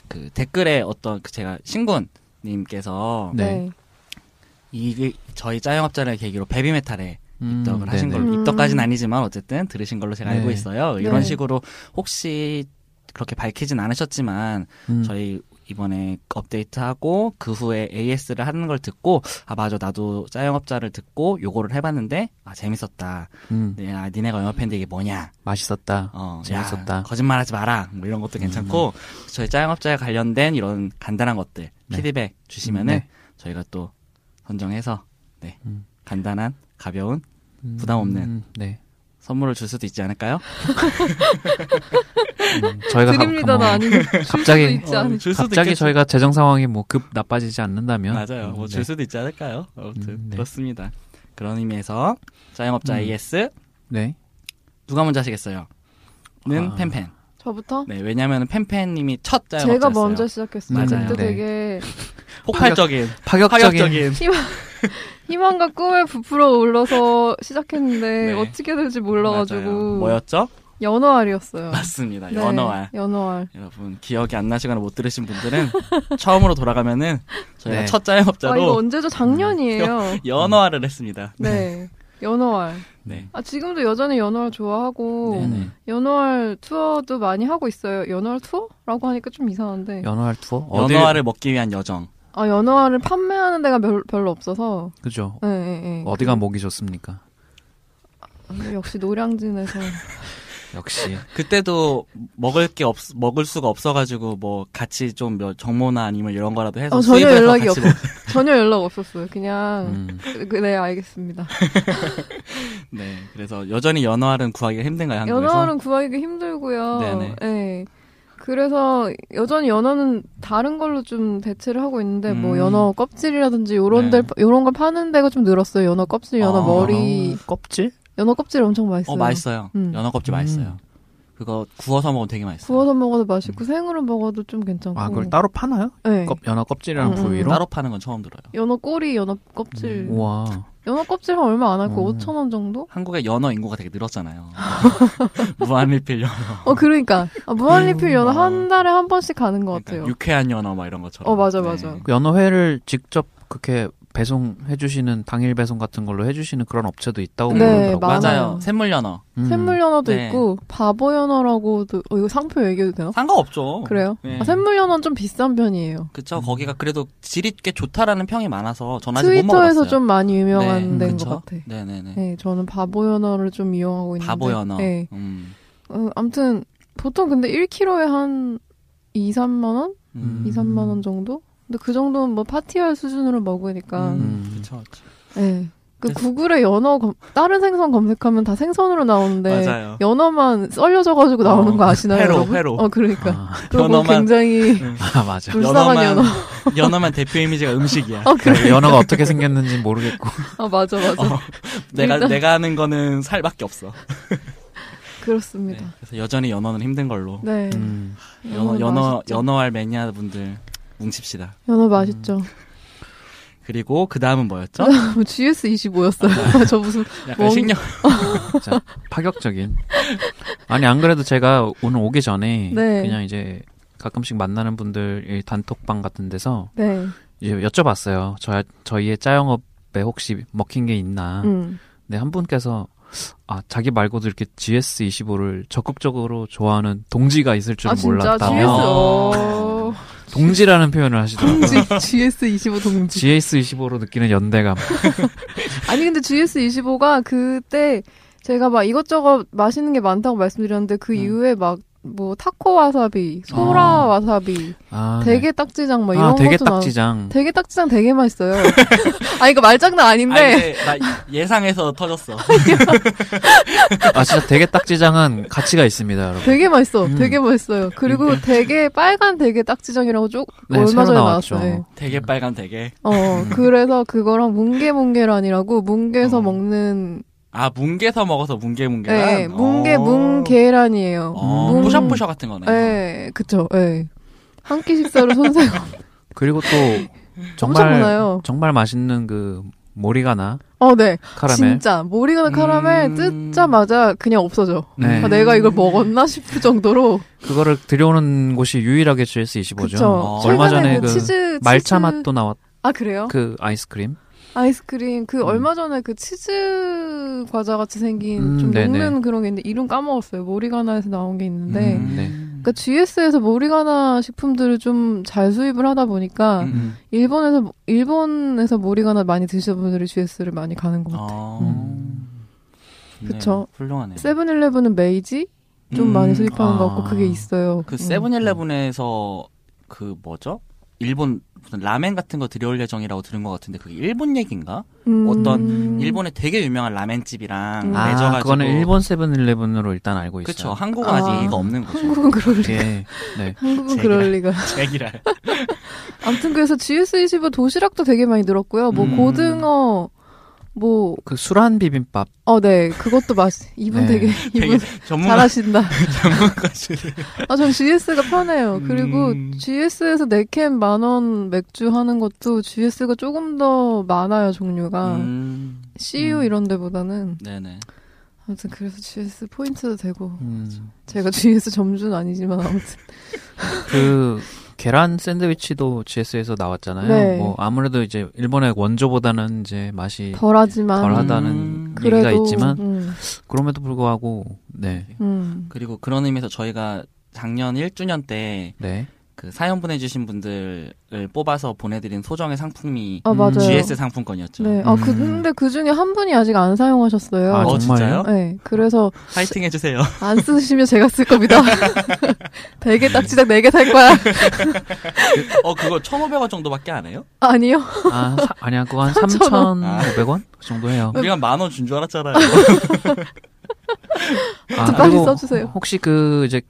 Speaker 2: 그 댓글에 어떤 그 제가 신군님께서
Speaker 3: 네.
Speaker 2: 이게 저희 짜영업자를 계기로 베비메탈에
Speaker 4: 음,
Speaker 2: 입덕을 하신
Speaker 4: 네네.
Speaker 2: 걸로
Speaker 3: 음.
Speaker 2: 입덕까지는 아니지만 어쨌든 들으신 걸로 제가
Speaker 4: 네.
Speaker 2: 알고 있어요. 이런
Speaker 3: 네.
Speaker 2: 식으로 혹시 그렇게 밝히진 않으셨지만
Speaker 4: 음.
Speaker 2: 저희 이번에 업데이트하고 그 후에 AS를 하는 걸 듣고 아 맞아 나도 짜영업자를 듣고 요거를 해봤는데 아 재밌었다
Speaker 4: 음.
Speaker 2: 네, 아, 니네가 영업했는데 이게 뭐냐
Speaker 4: 맛있었다.
Speaker 2: 어,
Speaker 4: 재밌었다. 음.
Speaker 2: 야, 거짓말하지 마라 뭐 이런 것도 괜찮고 저희 짜영업자에 관련된 이런 간단한 것들
Speaker 4: 네.
Speaker 2: 피드백
Speaker 4: 음,
Speaker 2: 주시면은
Speaker 4: 네.
Speaker 2: 저희가 또 선정해서 네
Speaker 4: 음.
Speaker 2: 간단한 가벼운
Speaker 4: 음,
Speaker 2: 부담 없는.
Speaker 4: 음, 네.
Speaker 2: 선물을 줄 수도 있지 않을까요?
Speaker 4: 음, 저희가 가-
Speaker 3: 드립니다는
Speaker 4: 뭐
Speaker 3: 아니고
Speaker 2: (laughs)
Speaker 4: 갑자기-
Speaker 3: 갑자기 있지 않
Speaker 2: 어, 줄
Speaker 4: 갑자기 저희가 재정 상황이 뭐 급 나빠지지 않는다면
Speaker 2: 맞아요. 뭐 줄
Speaker 4: 네.
Speaker 2: 수도 있지 않을까요? 아무튼
Speaker 4: 음, 네.
Speaker 2: 그렇습니다. 그런 의미에서 짜영업자
Speaker 4: 음.
Speaker 2: AS
Speaker 4: 네.
Speaker 2: 누가 먼저 하시겠어요? 는
Speaker 4: 아.
Speaker 2: 팬팬.
Speaker 3: 저부터
Speaker 2: 네, 왜냐면은 팬팬님이 첫 짜영업자였어요.
Speaker 3: 제가 먼저 시작했어요.
Speaker 4: 맞아요.
Speaker 3: 그때
Speaker 4: 네.
Speaker 3: 되게
Speaker 2: 폭발적인,
Speaker 4: 파격적인,
Speaker 2: 파격적인.
Speaker 3: (laughs) 희망 희망과 꿈에 부풀어 올라서
Speaker 2: 네.
Speaker 3: 시작했는데 어떻게 될지
Speaker 2: 맞아요.
Speaker 3: 몰라가지고
Speaker 2: 뭐였죠?
Speaker 3: 연어알이었어요.
Speaker 2: 맞습니다.
Speaker 3: 네,
Speaker 2: 연어알.
Speaker 3: 연어알.
Speaker 2: 여러분 기억이 안 나시거나 못 들으신 분들은 처음으로 돌아가면은 저희가
Speaker 4: 네.
Speaker 2: 첫
Speaker 3: 아 이거
Speaker 2: 짜영업자로 음,
Speaker 3: 언제죠? 작년이에요.
Speaker 2: 연어알을 했습니다.
Speaker 3: 네. 연어알.
Speaker 2: 네.
Speaker 3: 아, 지금도 여전히 연월 좋아하고
Speaker 2: 네.
Speaker 4: 네네.
Speaker 3: 연월 투어도 많이 하고 있어요. 연월 투어라고 하니까 좀 이상한데.
Speaker 4: 연어알 투어? 어딜-
Speaker 2: 연어알을 먹기 위한 여정.
Speaker 3: 아 연어알을 판매하는 데가 별, 별로 없어서.
Speaker 4: 그죠.
Speaker 3: 예, 예, 예.
Speaker 4: 어디가 목이 좋습니까?
Speaker 2: (laughs)
Speaker 3: 역시 노량진에서. 어,
Speaker 4: 역시.
Speaker 2: 그때도 먹을 게 없, 먹을 수가 없어가지고 뭐 같이 좀 몇- 정모나 아니면 이런 거라도 해서
Speaker 3: 어, 전혀
Speaker 2: 수입해서
Speaker 3: 연락이
Speaker 2: 같이
Speaker 3: 없. (laughs) 전혀 연락 없었어요. 그냥
Speaker 4: 음.
Speaker 3: 그- 네 알겠습니다.
Speaker 2: 아, 먹- 네. 그래서 여전히 연어알은 구하기가 힘든가요 한국에서?
Speaker 3: 연어는 구하기가 힘들고요.
Speaker 2: 네네.
Speaker 3: 예. 그래서 여전히 연어는 다른 걸로 좀 대체를 하고 있는데
Speaker 2: 음.
Speaker 3: 뭐 연어 껍질이라든지 요런
Speaker 2: 네.
Speaker 3: 데 요런 걸 파는 데가 좀 늘었어요. 연어 껍질, 연어
Speaker 2: 아,
Speaker 3: 머리,
Speaker 4: 껍질?
Speaker 3: 연어 껍질 엄청 맛있어요.
Speaker 2: 어 맛있어요.
Speaker 3: 음.
Speaker 2: 연어 껍질
Speaker 4: 음.
Speaker 2: 맛있어요. 그거 구워서 먹으면 되게 맛있어요.
Speaker 3: 구워서 먹어도
Speaker 2: 음.
Speaker 3: 맛있고 생으로 먹어도 좀 괜찮고.
Speaker 4: 아, 그걸 따로 파나요?
Speaker 3: 네.
Speaker 4: 껍, 연어 껍질이랑
Speaker 3: 음, 음.
Speaker 4: 부위로?
Speaker 2: 따로 파는 건 처음 들어요.
Speaker 3: 연어 꼬리, 연어
Speaker 2: 음,
Speaker 3: 껍질.
Speaker 4: 우와.
Speaker 3: 연어 껍질 한 얼마 안 할거
Speaker 4: 음.
Speaker 3: 5천 원 정도?
Speaker 2: 한국의 연어 인구가 되게
Speaker 3: (laughs)
Speaker 2: 늘었잖아요. 무한리필 연어.
Speaker 3: 어 그러니까 아, 무한리필 연어 한 달에 한 번씩 가는 것
Speaker 2: 음, 그러니까
Speaker 3: 같아요.
Speaker 2: 유쾌한 연어 막 이런 것처럼. 네.
Speaker 3: 어, 맞아, 맞아.
Speaker 4: 그 연어회를 직접 그렇게 배송해주시는, 당일 배송 같은 걸로 해주시는 그런 업체도 있다고
Speaker 3: 네,
Speaker 4: 그러더라고요.
Speaker 3: 많아요.
Speaker 2: 맞아요. 샘물 연어.
Speaker 4: 음.
Speaker 3: 샘물 연어도
Speaker 2: 네.
Speaker 3: 있고 바보 연어라고도 어, 이거 상표 얘기해도 되나?
Speaker 2: 상관없죠.
Speaker 3: 그래요?
Speaker 2: 네.
Speaker 3: 아, 샘물 연어는 좀 비싼 편이에요.
Speaker 2: 그쵸. 거기가 그래도 질이 꽤 좋다라는 평이 많아서 전 아직 못 먹어봤어요. 네,
Speaker 3: 트위터에서 좀 많이 유명한 데인
Speaker 2: 그쵸?
Speaker 3: 것 같아.
Speaker 2: 네네네.
Speaker 3: 네, 저는 바보 연어를 좀 이용하고 있는데.
Speaker 2: 바보 연어.
Speaker 3: 네.
Speaker 2: 음.
Speaker 3: 어, 아무튼 보통 근데 1kg에 한 2, 3만 원?
Speaker 2: 음.
Speaker 3: 2, 3만 원 정도? 근데 그 정도는 뭐 파티할 수준으로 먹으니까.
Speaker 2: 음. 그쵸. 그쵸.
Speaker 3: 네. 그
Speaker 2: 그래서-
Speaker 3: 구글에 연어 검- 다른 생선 검색하면 다 생선으로 나오는데
Speaker 2: 맞아요.
Speaker 3: 연어만 썰려져가지고 나오는
Speaker 2: 어,
Speaker 3: 거 아시나요?
Speaker 2: 회로,
Speaker 3: 여러분?
Speaker 2: 회로.
Speaker 3: 어 그러니까
Speaker 4: 아, (laughs)
Speaker 3: 그거 뭐
Speaker 2: 연어만- (laughs) 네,
Speaker 3: 굉장히
Speaker 4: 아, 맞아.
Speaker 3: 불쌍한 연어.
Speaker 2: 연어만 대표 이미지가 음식이야.
Speaker 3: (laughs) 어 그래
Speaker 4: 그러니까 연어가 어떻게 생겼는지
Speaker 3: (laughs)
Speaker 4: 모르겠고.
Speaker 3: 아 맞아 맞아
Speaker 2: 어. 내가
Speaker 3: 일단-
Speaker 2: 내가 하는 거는 살밖에 없어. 네.
Speaker 3: 그렇습니다.
Speaker 2: 그래서 여전히 연어는 힘든 걸로.
Speaker 3: 그러니까. 네.
Speaker 4: 음.
Speaker 2: 연어 연어
Speaker 3: 맛있죠.
Speaker 2: 연어알 매니아 분들 뭉칩시다.
Speaker 3: 연어 맛있죠.
Speaker 2: 음.
Speaker 3: (laughs)
Speaker 2: 그리고 그 다음은 뭐였죠? 아, 네.
Speaker 3: GS25였어요. (laughs) 저 무슨
Speaker 2: 약간
Speaker 3: 멍-
Speaker 2: 식량
Speaker 4: 진짜 파격적인. 아니 안 그래도 제가 오늘 오기 전에
Speaker 3: 네.
Speaker 4: 그냥 이제 가끔씩 만나는 분들 이 단톡방 같은 데서
Speaker 3: 네.
Speaker 4: 이제 예, 여쭤봤어요. 저 저희의 짜영업에 혹시 먹힌 게
Speaker 2: 아,
Speaker 4: 있나?
Speaker 3: 음.
Speaker 4: 근데 한 분께서 아 자기 말고도 이렇게 GS25를 적극적으로 좋아하는 동지가 있을 줄은
Speaker 3: 아 진짜
Speaker 4: 몰랐다.
Speaker 3: GS
Speaker 2: 어.
Speaker 3: 어. (laughs)
Speaker 4: 동지라는 표현을 하시더라고요.
Speaker 3: 동지 GS25 동지.
Speaker 4: GS25로 느끼는 연대감.
Speaker 3: 아니 근데 GS25가 그때 제가 막 이것저것 맛있는 게 많다고 말씀드렸는데 그
Speaker 2: 음.
Speaker 3: 이후에 막 뭐 타코 와사비, 소라
Speaker 4: 아.
Speaker 3: 와사비,
Speaker 4: 아, 네.
Speaker 3: 대게 딱지장 막 이런
Speaker 4: 아, 되게
Speaker 3: 것도 나.
Speaker 4: 딱지장.
Speaker 3: 대게 딱지장 되게 맛있어요.
Speaker 4: (laughs)
Speaker 3: (laughs) 아 이거 말장난 아닌데.
Speaker 2: 아, 근데 나 예상해서 터졌어.
Speaker 4: 아 진짜 되게 딱지장은 가치가 있습니다, 여러분.
Speaker 3: (laughs) 되게 맛있어.
Speaker 4: 음.
Speaker 3: 되게 맛있어요. 그리고 되게 빨간 되게 딱지장이라고 쭉
Speaker 4: 네,
Speaker 3: 얼마
Speaker 4: 새로
Speaker 3: 전에
Speaker 4: 나왔죠. 음.
Speaker 3: 나왔어요. 예.
Speaker 2: 되게 빨간 되게.
Speaker 3: 어, 그래서 그거랑 뭉게뭉게란이라고 뭉게에서
Speaker 2: 어.
Speaker 3: 먹는
Speaker 2: 아 뭉게서 먹어서 뭉게 뭉게.
Speaker 3: 예,
Speaker 4: 어.
Speaker 3: 뭉게 뭉게란이에요.
Speaker 2: 어,
Speaker 3: 뭉-
Speaker 2: 푸셔푸셔 같은 거네.
Speaker 3: 예, 그쵸. 예. 한 끼 식사로
Speaker 4: (laughs)
Speaker 3: 손색
Speaker 4: 그리고 또
Speaker 3: (laughs) 엄청
Speaker 4: 정말
Speaker 3: 많아요.
Speaker 4: 정말 맛있는 그 모리가나
Speaker 3: 어, 네.
Speaker 4: 카라멜.
Speaker 3: 진짜 모리가나 카라멜
Speaker 2: 음.
Speaker 3: 뜯자마자 그냥 없어져.
Speaker 4: 네.
Speaker 3: 아, 내가 이걸 먹었나 싶을 정도로.
Speaker 4: 그거를 들여오는 곳이 유일하게 GS25죠.
Speaker 3: 그쵸.
Speaker 2: 어,
Speaker 4: 얼마 전에
Speaker 3: 최근에
Speaker 4: 그
Speaker 3: 그 치즈
Speaker 4: 말차
Speaker 3: 치즈-
Speaker 4: 맛도 나왔
Speaker 3: 아 그래요?
Speaker 4: 그 아이스크림.
Speaker 3: 아이스크림 그
Speaker 4: 음.
Speaker 3: 얼마 전에 그 치즈 과자 같이 생긴
Speaker 4: 음,
Speaker 3: 좀
Speaker 4: 네네.
Speaker 3: 녹는 그런 게 있는데 이름 까먹었어요. 모리가나에서 나온 게 있는데
Speaker 4: 음. 네.
Speaker 3: 그러니까 GS에서 모리가나 식품들을 좀 잘 수입을 하다 보니까
Speaker 2: 음.
Speaker 3: 일본에서 일본에서 모리가나 많이 드시는 분들이 GS를 많이 가는 것 같아요. 음.
Speaker 2: 어. 좋네요.
Speaker 3: 그쵸.
Speaker 2: 훌륭하네요.
Speaker 3: 세븐일레븐은 메이지 좀
Speaker 2: 음,
Speaker 3: 많이 수입하는 것 같고
Speaker 4: 아.
Speaker 3: 그게 있어요.
Speaker 2: 그
Speaker 3: 음.
Speaker 2: 세븐일레븐에서 그 뭐죠? 일본 무슨 라멘 같은 거 들여올 예정이라고 들은 것 같은데 그게 일본 얘기인가?
Speaker 3: 음.
Speaker 2: 어떤 일본의 되게 유명한 라멘집이랑
Speaker 3: 음.
Speaker 2: 맺어가지고
Speaker 4: 아, 그거는 일본 세븐일레븐으로 일단 알고 있어요.
Speaker 2: 그쵸 한국은
Speaker 3: 아.
Speaker 2: 아직 얘기가 없는 거죠
Speaker 3: 한국은 그럴 리가. (laughs)
Speaker 4: 예. 네.
Speaker 3: 한국은
Speaker 2: 제가.
Speaker 3: 그럴 리가.
Speaker 2: 제기랄
Speaker 3: 아무튼 그래서 GS25 도시락도 되게 많이 늘었고요. 뭐
Speaker 2: 음.
Speaker 3: 고등어 뭐
Speaker 4: 그 수란 비빔밥.
Speaker 3: 어, 네. 그것도 맛, 이분
Speaker 4: 네.
Speaker 3: 되게, (laughs) 이분
Speaker 2: 전문가
Speaker 3: 잘하신다.
Speaker 2: (laughs)
Speaker 3: 아, 전 GS가 편해요. 그리고
Speaker 2: 음.
Speaker 3: GS에서 네캔 만원 맥주 하는 것도 GS가 조금 더 많아요, 종류가.
Speaker 2: 음,
Speaker 3: CU
Speaker 2: 음.
Speaker 3: 이런 데보다는.
Speaker 2: 네네
Speaker 3: 아무튼 그래서 GS 포인트도 되고.
Speaker 4: 음.
Speaker 3: 제가 GS 점주는 아니지만 아무튼.
Speaker 4: 그 계란 샌드위치도 GS에서 나왔잖아요.
Speaker 3: 네.
Speaker 4: 뭐 아무래도 이제 일본의 원조보다는 이제 맛이
Speaker 3: 덜 하지만.
Speaker 4: 예. 덜하다는
Speaker 2: 음.
Speaker 4: 얘기가 있지만
Speaker 3: 음. 음,
Speaker 4: 그럼에도 불구하고 네.
Speaker 3: 음.
Speaker 2: 그리고 그런 의미에서 저희가 작년 1주년 때 그
Speaker 4: 네.
Speaker 2: 사연 보내주신 분들을 뽑아서 보내드린 소정의 상품이
Speaker 3: 아
Speaker 4: 음,
Speaker 3: 맞아요.
Speaker 2: GS 상품권이었죠.
Speaker 3: 네. 아
Speaker 4: 음.
Speaker 3: 근데 그 중에 한 분이 아직 안 사용하셨어요.
Speaker 4: 아,
Speaker 2: 어, 진짜요?
Speaker 4: 정말요?
Speaker 3: 네. 그래서
Speaker 2: 파이팅 해주세요.
Speaker 3: 안 쓰시면 제가 쓸 겁니다. (laughs) 되게 딱지닥 네개 살 거야. (laughs)
Speaker 2: 어, 그거 1,500원 정도밖에 안 해요?
Speaker 3: 아니요.
Speaker 4: 아, 사- 아니야. 그거 한
Speaker 3: (laughs) 3,000원.
Speaker 4: 3,500원 그 정도 해요.
Speaker 3: 음.
Speaker 2: 우리가 만 원 준 줄
Speaker 3: (laughs)
Speaker 2: 알았잖아요.
Speaker 4: 아,
Speaker 3: 두 가지
Speaker 4: 그리고
Speaker 3: 써주세요.
Speaker 4: 혹시 그 이제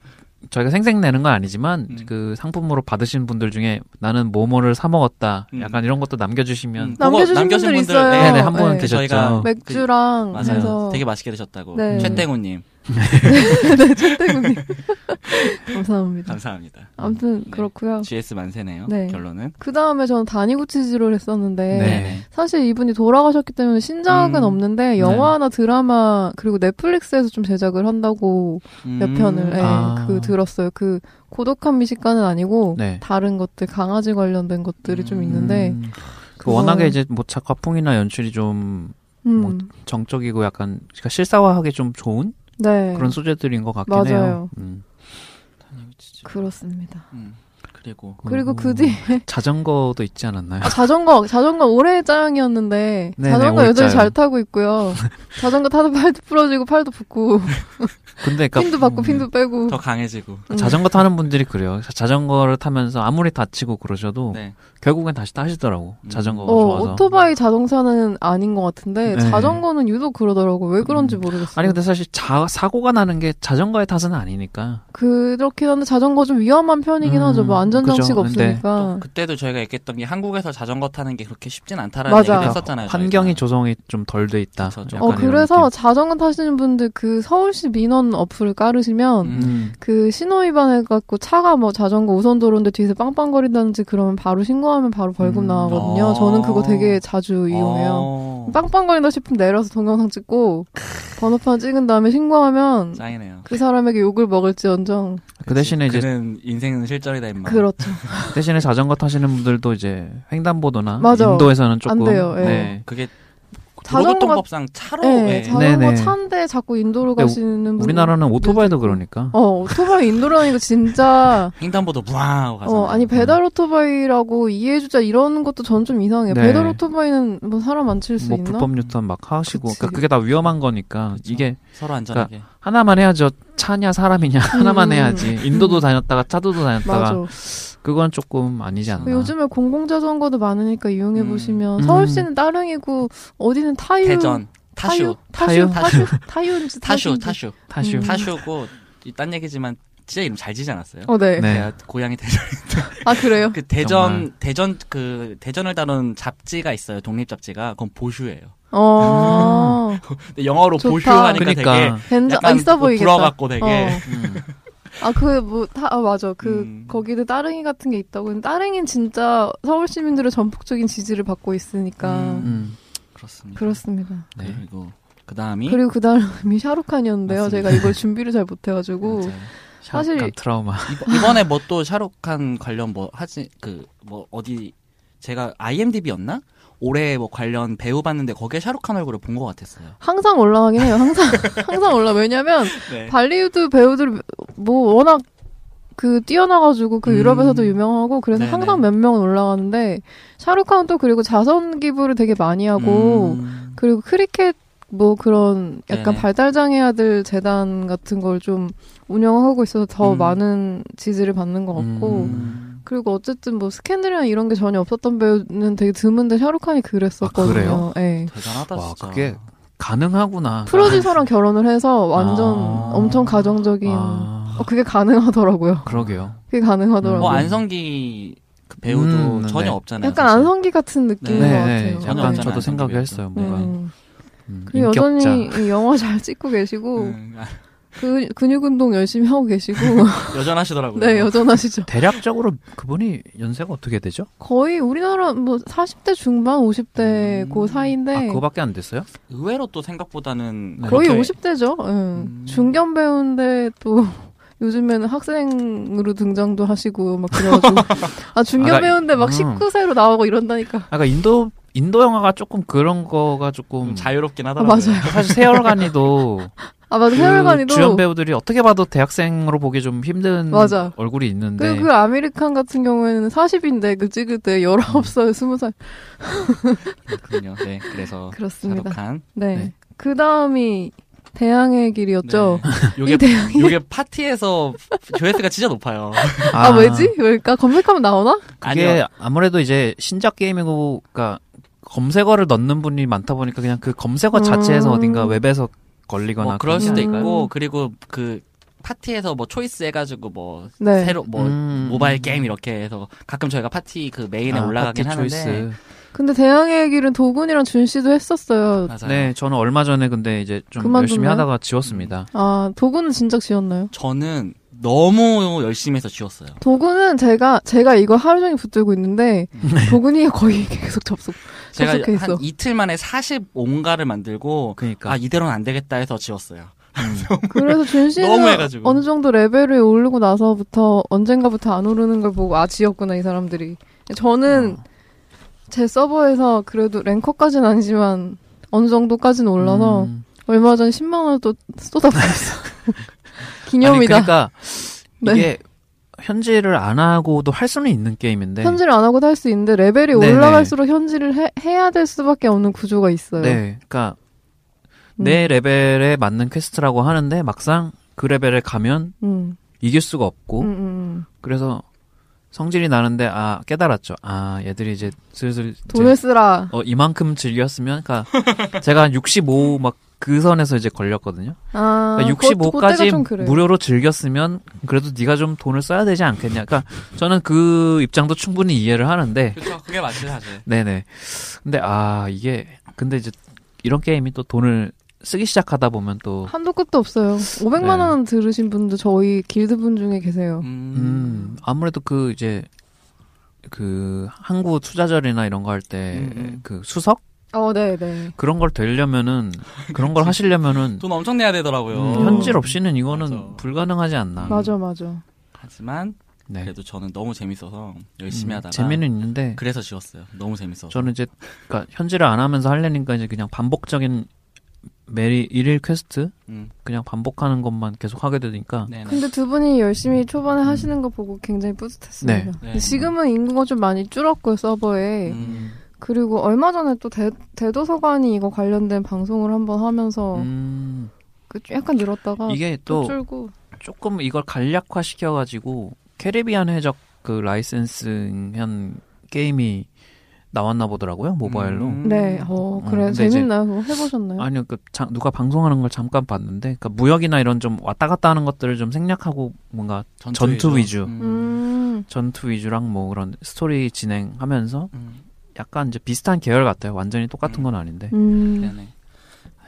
Speaker 4: 저희가 생색 내는 건 아니지만
Speaker 2: 음.
Speaker 4: 그 상품으로 받으신 분들 중에 나는 뭐뭐를 사 먹었다.
Speaker 2: 음.
Speaker 4: 약간 이런 것도 남겨주시면
Speaker 2: 음. 그거
Speaker 3: 남겨주신
Speaker 2: 남겨주신
Speaker 3: 분들
Speaker 2: 분들,
Speaker 3: 있어요.
Speaker 2: 네,
Speaker 4: 네네 한 분은 그
Speaker 3: 네.
Speaker 4: 계셨죠.
Speaker 2: 저희가
Speaker 3: 맥주랑
Speaker 2: 맞아요.
Speaker 3: 해서
Speaker 2: 되게 맛있게 드셨다고.
Speaker 4: 음.
Speaker 3: 네.
Speaker 2: 최땡호님,
Speaker 3: (laughs) 네, 최태군님 감사합니다.
Speaker 2: 감사합니다.
Speaker 3: 아무튼
Speaker 2: 네.
Speaker 3: 그렇고요.
Speaker 2: GS 만세네요.
Speaker 3: 네.
Speaker 2: 결론은.
Speaker 3: 그 다음에 저는 다니구치즈를 했었는데
Speaker 4: 네.
Speaker 3: 사실 이분이 돌아가셨기 때문에 신작은
Speaker 2: 음.
Speaker 3: 없는데 영화나 드라마 그리고 넷플릭스에서 좀 제작을 한다고 몇
Speaker 2: 음,
Speaker 3: 편을 예,
Speaker 4: 아.
Speaker 3: 그 들었어요. 그 고독한 미식가는 아니고
Speaker 4: 네.
Speaker 3: 다른 것들 강아지 관련된 것들이 좀 있는데
Speaker 4: 음. 그
Speaker 3: 그거-
Speaker 4: 워낙에 이제 뭐 작화풍이나 연출이 좀
Speaker 3: 음,
Speaker 4: 뭐 정적이고 약간 그러니까 실사화하기 좀 좋은
Speaker 3: 네
Speaker 4: 그런 소재들인 것 같긴
Speaker 3: 맞아요.
Speaker 4: 해요. 음.
Speaker 3: 그렇습니다.
Speaker 2: 음, 그리고
Speaker 3: 그리고 그
Speaker 4: 어,
Speaker 3: 뒤에 (laughs)
Speaker 4: 자전거도 있지 않았나요?
Speaker 3: 아, 자전거 자전거 올해 짜양이었는데
Speaker 4: 네네,
Speaker 3: 자전거
Speaker 4: 올해
Speaker 3: 여전히
Speaker 4: 짜양.
Speaker 3: 잘 타고 있고요. 자전거 타다 팔도 부러지고 팔도 붓고
Speaker 4: 그러니까 근데 그러니까
Speaker 3: 핀도 받고 핀도 빼고
Speaker 2: 더 강해지고.
Speaker 3: 음.
Speaker 4: 자전거 타는 분들이 그래요. 자- 자전거를 타면서 아무리 다치고 그러셔도
Speaker 2: 네.
Speaker 4: 결국엔 다시 타시더라고.
Speaker 2: 음.
Speaker 4: 자전거가
Speaker 3: 어,
Speaker 4: 좋아서.
Speaker 3: 오토바이 자동차는 아닌 것 같은데
Speaker 4: 네. 음.
Speaker 3: 자전거는 유독 그러더라고 왜 그런지 모르겠어요.
Speaker 4: 아니 근데 사실 자, 사고가 나는 게 자전거의 탓은 아니니까.
Speaker 3: 그렇긴 한데 자전거 좀 위험한 편이긴
Speaker 4: 음,
Speaker 3: 하죠. 뭐 안전장치가
Speaker 4: 그죠. 근데
Speaker 3: 없으니까.
Speaker 2: 또 그때도 저희가 얘기했던 게 한국에서 자전거 타는 게 그렇게 쉽진 않다라는
Speaker 3: 맞아.
Speaker 2: 얘기도 했었잖아요.
Speaker 4: 환경이
Speaker 2: 저희가.
Speaker 4: 조성이 좀 덜 돼 있다.
Speaker 2: 그쵸, 좀.
Speaker 4: 약간
Speaker 3: 어
Speaker 4: 이런
Speaker 3: 그래서 자전거 타시는 분들 그 서울시 민원 어플을 깔으시면
Speaker 2: 음.
Speaker 4: 느낌. 음.
Speaker 3: 그 신호 위반해갖고 차가 뭐 자전거 우선도로인데 뒤에서 빵빵거린다든지 그러면 바로 신고하면 바로 벌금
Speaker 4: 음. 아.
Speaker 3: 나가거든요.
Speaker 2: 어.
Speaker 3: 저는 그거 되게 자주 이용해요.
Speaker 2: 어,
Speaker 3: 빵빵거린다 싶으면 내려서 동영상 찍고 번호판 찍은 다음에 신고하면
Speaker 2: 짱이네요.
Speaker 3: 그 사람에게 욕을 먹을지언정
Speaker 4: 그 대신에 이제
Speaker 2: 그는 인생은 실전이다 임마. (laughs)
Speaker 3: 그렇죠.
Speaker 4: 대신에 자전거 타시는 분들도 이제 횡단보도나
Speaker 3: 맞아.
Speaker 4: 인도에서는 조금
Speaker 3: 안 돼요, 예.
Speaker 4: 네.
Speaker 2: 그게
Speaker 3: 자전거가
Speaker 2: 도로교통법상 차로
Speaker 3: 네,
Speaker 2: 예.
Speaker 3: 자전거
Speaker 4: 네네.
Speaker 3: 차인데 자꾸 인도로
Speaker 4: 근데 우-
Speaker 3: 가시는 분들
Speaker 4: 우리나라는 오토바이도 그러니까.
Speaker 3: 어 오토바이
Speaker 2: (laughs)
Speaker 3: 인도라니까 진짜
Speaker 2: 횡단보도 부하고 가서.
Speaker 3: 어 아니 배달
Speaker 2: 음.
Speaker 3: 오토바이라고 이해주자 이런 것도 전 좀 이상해. 요
Speaker 4: 네.
Speaker 3: 배달 오토바이는 뭐 사람 안 칠 수
Speaker 4: 뭐
Speaker 3: 있나?
Speaker 4: 불법 유턴 막 하시고
Speaker 3: 그치,
Speaker 4: 그러니까 그게 다 위험한 거니까 이게
Speaker 2: 서로 안전하게.
Speaker 4: 하나만 해야죠 차냐 사람이냐 하나만 해야지 인도도 다녔다가 차도도 다녔다가
Speaker 3: 음. 맞아.
Speaker 4: 그건 조금 아니지 않나
Speaker 3: 요즘에 공공자전거도 많으니까 이용해 보시면
Speaker 4: 음.
Speaker 3: 서울시는 따릉이고 어디는 타유
Speaker 2: 대전 타슈
Speaker 4: 타유?
Speaker 3: 타유 (laughs) 타유 타유인지
Speaker 2: 타슈
Speaker 3: 타슈인지.
Speaker 2: 타슈
Speaker 4: 타슈
Speaker 3: 음.
Speaker 2: 타슈고 이 딴 얘기지만 진짜 이름 잘 지지 않았어요?
Speaker 3: 어 네.
Speaker 4: 네.
Speaker 2: 제가 고향이 대전.
Speaker 3: 아 그래요.
Speaker 2: 그 대전
Speaker 4: 정말.
Speaker 2: 대전 그 대전을 다룬 잡지가 있어요. 독립 잡지가. 그건 보슈예요.
Speaker 4: 음.
Speaker 3: 어.
Speaker 2: 근데 영어로
Speaker 3: 좋다.
Speaker 2: 보슈 하니까 되게
Speaker 4: 그러니까
Speaker 3: 벤자 아,
Speaker 2: 약간
Speaker 3: 있어 보이겠다.
Speaker 2: 불어갖고 되게
Speaker 3: 어.
Speaker 4: 음.
Speaker 3: 아 그 뭐 다 아, 맞아 그
Speaker 2: 음.
Speaker 3: 거기도 따릉이 같은 게 있다고 했는데 따릉이는 진짜 서울 시민들의 전폭적인 지지를 받고 있으니까
Speaker 2: 음.
Speaker 4: 음.
Speaker 2: 그렇습니다.
Speaker 3: 그렇습니다.
Speaker 4: 네.
Speaker 2: 그리고 그다음이
Speaker 3: 그리고 그 (laughs) 다음이 샤루칸이었는데요.
Speaker 2: 맞습니다.
Speaker 3: 제가 이걸 준비를 잘 못해가지고
Speaker 2: (laughs) 맞아요.
Speaker 3: 사실-
Speaker 4: 약간 트라우마
Speaker 2: 이번- 이번에 뭐 또 샤룩한 관련 뭐 하지 그 뭐 어디 제가 IMDb였나 올해 뭐 관련 배우 봤는데 거기에 샤룩한 얼굴을 본 것 같았어요.
Speaker 3: 항상 올라가긴 해요. 항상 (laughs) 항상 올라. 왜냐면
Speaker 2: 네.
Speaker 3: 발리우드 배우들 뭐 워낙 그 뛰어나가지고 그
Speaker 2: 음.
Speaker 3: 유럽에서도 유명하고 그래서
Speaker 2: 네네.
Speaker 3: 항상 몇 명은 올라가는데 샤루칸은 또 그리고 자선 기부를 되게 많이 하고
Speaker 2: 음.
Speaker 3: 그리고 크리켓 뭐 그런 약간
Speaker 2: 네네.
Speaker 3: 발달장애아들 재단 같은 걸 좀 운영하고 있어서 더
Speaker 2: 음.
Speaker 3: 많은 지지를 받는 것 같고
Speaker 4: 음.
Speaker 3: 그리고 어쨌든 뭐 스캔들이나 이런 게 전혀 없었던 배우는 되게 드문데 샤루칸이 그랬었거든요.
Speaker 4: 아, 그래요?
Speaker 3: 예.
Speaker 2: 대단하다
Speaker 4: 와,
Speaker 2: 진짜. 뭐
Speaker 4: 그게 가능하구나
Speaker 3: 프로듀서랑 결혼을 해서 완전
Speaker 4: 아.
Speaker 3: 엄청 가정적인
Speaker 4: 아,
Speaker 3: 어, 그게 가능하더라고요.
Speaker 4: 그러게요
Speaker 3: 그게 가능하더라고요.
Speaker 2: 뭐 안성기 그 배우도
Speaker 4: 음,
Speaker 2: 전혀
Speaker 4: 네.
Speaker 2: 없잖아요.
Speaker 3: 약간
Speaker 2: 사실.
Speaker 3: 안성기 같은
Speaker 2: 네,
Speaker 3: 느낌인 것
Speaker 4: 네네
Speaker 3: 같아요.
Speaker 4: 약간
Speaker 2: 네.
Speaker 4: 저도 생각을
Speaker 2: 네.
Speaker 4: 했어요
Speaker 3: 네.
Speaker 4: 뭔가
Speaker 3: 음.
Speaker 4: 음,
Speaker 3: 그
Speaker 4: 인격자
Speaker 3: 여전히 이 영화 잘 찍고 계시고
Speaker 2: 음, (laughs) 아,
Speaker 3: 그 근육 운동 열심히 하고 계시고
Speaker 2: 여전하시더라고요.
Speaker 3: 네 여전하시죠.
Speaker 4: 대략적으로 그분이 연세가 어떻게 되죠?
Speaker 3: (laughs) 거의 우리나라 뭐 40대 중반 50대
Speaker 2: 음.
Speaker 3: 그 사이인데
Speaker 4: 아 그거밖에 안 됐어요?
Speaker 2: 의외로 또 생각보다는
Speaker 4: 네.
Speaker 3: 거의
Speaker 2: 그렇게-
Speaker 3: 50대죠. 예.
Speaker 2: 음.
Speaker 3: 중견 배우인데 또 (laughs) 요즘에는 학생으로 등장도 하시고 막 그래가지고 아 중견
Speaker 4: 아, 나-
Speaker 3: 배우인데
Speaker 4: 음.
Speaker 3: 막 19세로 나오고 이런다니까.
Speaker 4: 아까 인도 인도 영화가 조금 그런 거가 조금
Speaker 2: 좀 자유롭긴
Speaker 3: 아,
Speaker 2: 하더라고요.
Speaker 3: 맞아요.
Speaker 4: 사실
Speaker 3: (laughs)
Speaker 4: 세월간이도
Speaker 3: 아 맞아.
Speaker 4: 그
Speaker 3: 세월간이도
Speaker 4: 주연 배우들이 어떻게 봐도 대학생으로 보기 좀 힘든
Speaker 3: 맞아.
Speaker 4: 얼굴이 있는데
Speaker 3: 그, 그 아메리칸 같은 경우에는 40인데 그 찍을 때 19살, 20살
Speaker 2: 그렇군요. 네, 그래서
Speaker 3: 그렇습니다.
Speaker 2: 자독한.
Speaker 3: 네.
Speaker 4: 네.
Speaker 3: 그 다음이 대항의 길이었죠.
Speaker 2: 네. 요게
Speaker 3: 이 대항의
Speaker 2: 요게 파티에서 조회수가 진짜 높아요.
Speaker 3: 아, 왜지? 왜일까? 검색하면 나오나?
Speaker 4: 그게 아무래도 이제 신작 게임이고 그러니까 검색어를 넣는 분이 많다 보니까 그냥 그 검색어
Speaker 3: 음.
Speaker 4: 자체에서 어딘가 웹에서 걸리거나
Speaker 2: 뭐 그럴
Speaker 4: 그런
Speaker 2: 수도
Speaker 3: 건가요?
Speaker 2: 있고 그리고 그 파티에서 뭐 초이스 해가지고 뭐
Speaker 3: 네.
Speaker 2: 새로 뭐
Speaker 4: 음.
Speaker 2: 모바일 게임 이렇게 해서 가끔 저희가 파티 그 메인에
Speaker 4: 아,
Speaker 2: 올라가긴
Speaker 4: 파티
Speaker 2: 하는데
Speaker 4: 초이스.
Speaker 3: 근데 대항의 길은 도군이랑 준 씨도 했었어요.
Speaker 2: 맞아요.
Speaker 4: 네, 저는 얼마 전에 근데 이제 좀
Speaker 3: 그만뒀나요?
Speaker 4: 열심히 하다가 지웠습니다.
Speaker 3: 아, 도군은 진작 지었나요?
Speaker 2: 저는 너무 열심히 해서 지웠어요.
Speaker 3: 도군은 제가, 제가 이거 하루 종일 붙들고 있는데,
Speaker 4: 네.
Speaker 3: 도군이 거의 계속 접속.
Speaker 2: 제가
Speaker 3: 속해 있어.
Speaker 2: 한 이틀 만에 45가를 만들고
Speaker 4: 그러니까
Speaker 2: 아 이대로는 안 되겠다 해서 지웠어요.
Speaker 3: 그래서 준
Speaker 2: 너무
Speaker 3: 씨는
Speaker 2: 해가지고.
Speaker 3: 어느 정도 레벨을 오르고 나서부터 언젠가부터 안 오르는 걸 보고, 아, 지었구나, 이 사람들이. 저는
Speaker 4: 아.
Speaker 3: 제 서버에서 그래도 랭커까지는 아니지만, 어느 정도까지는 올라서,
Speaker 4: 음.
Speaker 3: 얼마 전에 10만원을 또 쏟아부었어.
Speaker 4: 아니,
Speaker 3: 기념이다.
Speaker 4: 그러니까
Speaker 3: 네.
Speaker 4: 이게 현질을 안 하고도 할 수는 있는 게임인데
Speaker 3: 현질을 안 하고도 할 수 있는데 레벨이
Speaker 4: 네. 네네.
Speaker 3: 올라갈수록 현질을 해, 해야 될 수밖에 없는 구조가 있어요.
Speaker 4: 네, 그러니까
Speaker 3: 음.
Speaker 4: 내 레벨에 맞는 퀘스트라고 하는데 막상 그 레벨에 가면
Speaker 3: 음.
Speaker 4: 이길 수가 없고
Speaker 3: 음, 음, 음.
Speaker 4: 그래서 성질이 나는데 아 깨달았죠. 아 얘들이 이제 슬슬 이제
Speaker 3: 돈을 쓰라.
Speaker 4: 어 이만큼 즐겼으면 그러니까 제가 65 막 그 선에서 이제 걸렸거든요.
Speaker 3: 아,
Speaker 4: 그러니까
Speaker 3: 그것- 그때가
Speaker 4: 65까지
Speaker 3: 좀 그래.
Speaker 4: 무료로 즐겼으면 그래도 네가 좀 돈을 써야 되지 않겠냐. 그러니까 저는 그 입장도 충분히 이해를 하는데
Speaker 2: 그렇죠. 그게 맞지 사실.
Speaker 4: 네네. 근데 아 이게 근데 이제 이런 게임이 또 돈을 쓰기 시작하다 보면 또
Speaker 3: 한도 끝도 없어요. 500만
Speaker 4: 네.
Speaker 3: 원 들으신 분도 저희 길드 분 중에 계세요.
Speaker 4: 음, 아무래도 그 이제 그 항구 투자절이나 이런 거 할 때
Speaker 2: 음, 음.
Speaker 4: 그 수석
Speaker 3: 어, 네, 네.
Speaker 4: 그런 걸 되려면은
Speaker 2: (laughs)
Speaker 4: 그런 걸 하시려면은
Speaker 2: 돈 엄청 내야 되더라고요.
Speaker 4: 음, 현질 없이는 이거는
Speaker 2: 맞아.
Speaker 4: 불가능하지 않나.
Speaker 3: 맞아, 맞아.
Speaker 2: 하지만
Speaker 4: 네.
Speaker 2: 그래도 저는 너무 재밌어서 열심히
Speaker 4: 음,
Speaker 2: 하다가
Speaker 4: 재미는 있는데
Speaker 2: 그래서 지웠어요. 너무 재밌어서.
Speaker 4: 저는 이제 그러니까 현질을 안 하면서 하려니까 이제 그냥 반복적인 매일 일일 퀘스트
Speaker 2: 음.
Speaker 4: 그냥 반복하는 것만 계속 하게 되니까
Speaker 2: 네네.
Speaker 3: 근데 두 분이 열심히 초반에 하시는 거 보고 굉장히 뿌듯했습니다.
Speaker 4: 음. 네.
Speaker 2: 네.
Speaker 3: 근데 지금은 인구가 좀 많이 줄었고요, 서버에.
Speaker 2: 음,
Speaker 3: 그리고 얼마 전에 또 대, 대도서관이 이거 관련된 방송을 한번 하면서
Speaker 4: 음,
Speaker 3: 그좀 약간 늘었다가
Speaker 4: 이게
Speaker 3: 또
Speaker 4: 또
Speaker 3: 줄고
Speaker 4: 조금 이걸 간략화 시켜가지고 캐리비안 해적 그 라이센스한 게임이 나왔나 보더라고요 모바일로.
Speaker 2: 음.
Speaker 3: 네, 어
Speaker 4: 음,
Speaker 3: 그래 요
Speaker 4: 근데 이제-
Speaker 3: 재밌나요? 그거 해보셨나요?
Speaker 4: 아니요, 그 자- 누가 방송하는 걸 잠깐 봤는데, 그러니까 무역이나 이런 좀 왔다 갔다 하는 것들을 좀 생략하고 뭔가 전투 위주.
Speaker 3: 음,
Speaker 4: 전투 위주랑 뭐 그런 스토리 진행하면서
Speaker 2: 음,
Speaker 4: 약간 이제 비슷한 계열 같아요. 완전히 똑같은 건 아닌데.
Speaker 3: 음,
Speaker 2: 네네.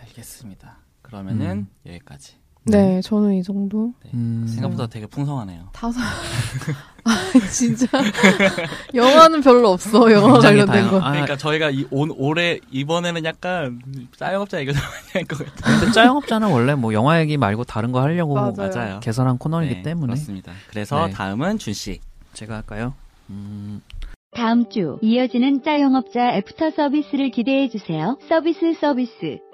Speaker 2: 알겠습니다. 그러면은 여기까지.
Speaker 3: 네, 저는 이 정도
Speaker 4: 음.
Speaker 2: 생각보다 되게 풍성하네요.
Speaker 3: 다섯. (laughs) 아 진짜 (laughs) 영화는 별로 없어 영화
Speaker 4: 굉장히
Speaker 3: 관련된
Speaker 4: 다양-
Speaker 3: 거.
Speaker 4: 아,
Speaker 2: 그러니까 저희가 이, 온, 올해 이번에는 약간 짜영업자 얘기가 좀 많이 할 것 같아요.
Speaker 4: 근데 그
Speaker 2: (laughs)
Speaker 4: 짜영업자는 원래 뭐 영화 얘기 말고 다른 거 하려고
Speaker 3: 맞아요.
Speaker 2: 맞아요.
Speaker 4: 개설한 코너이기
Speaker 2: 네,
Speaker 4: 때문에
Speaker 2: 그렇습니다. 그래서
Speaker 4: 네.
Speaker 2: 다음은 준 씨.
Speaker 4: 제가 할까요? 음,
Speaker 5: 다음 주 이어지는 짜영업자 애프터 서비스를 기대해 주세요. 서비스 서비스.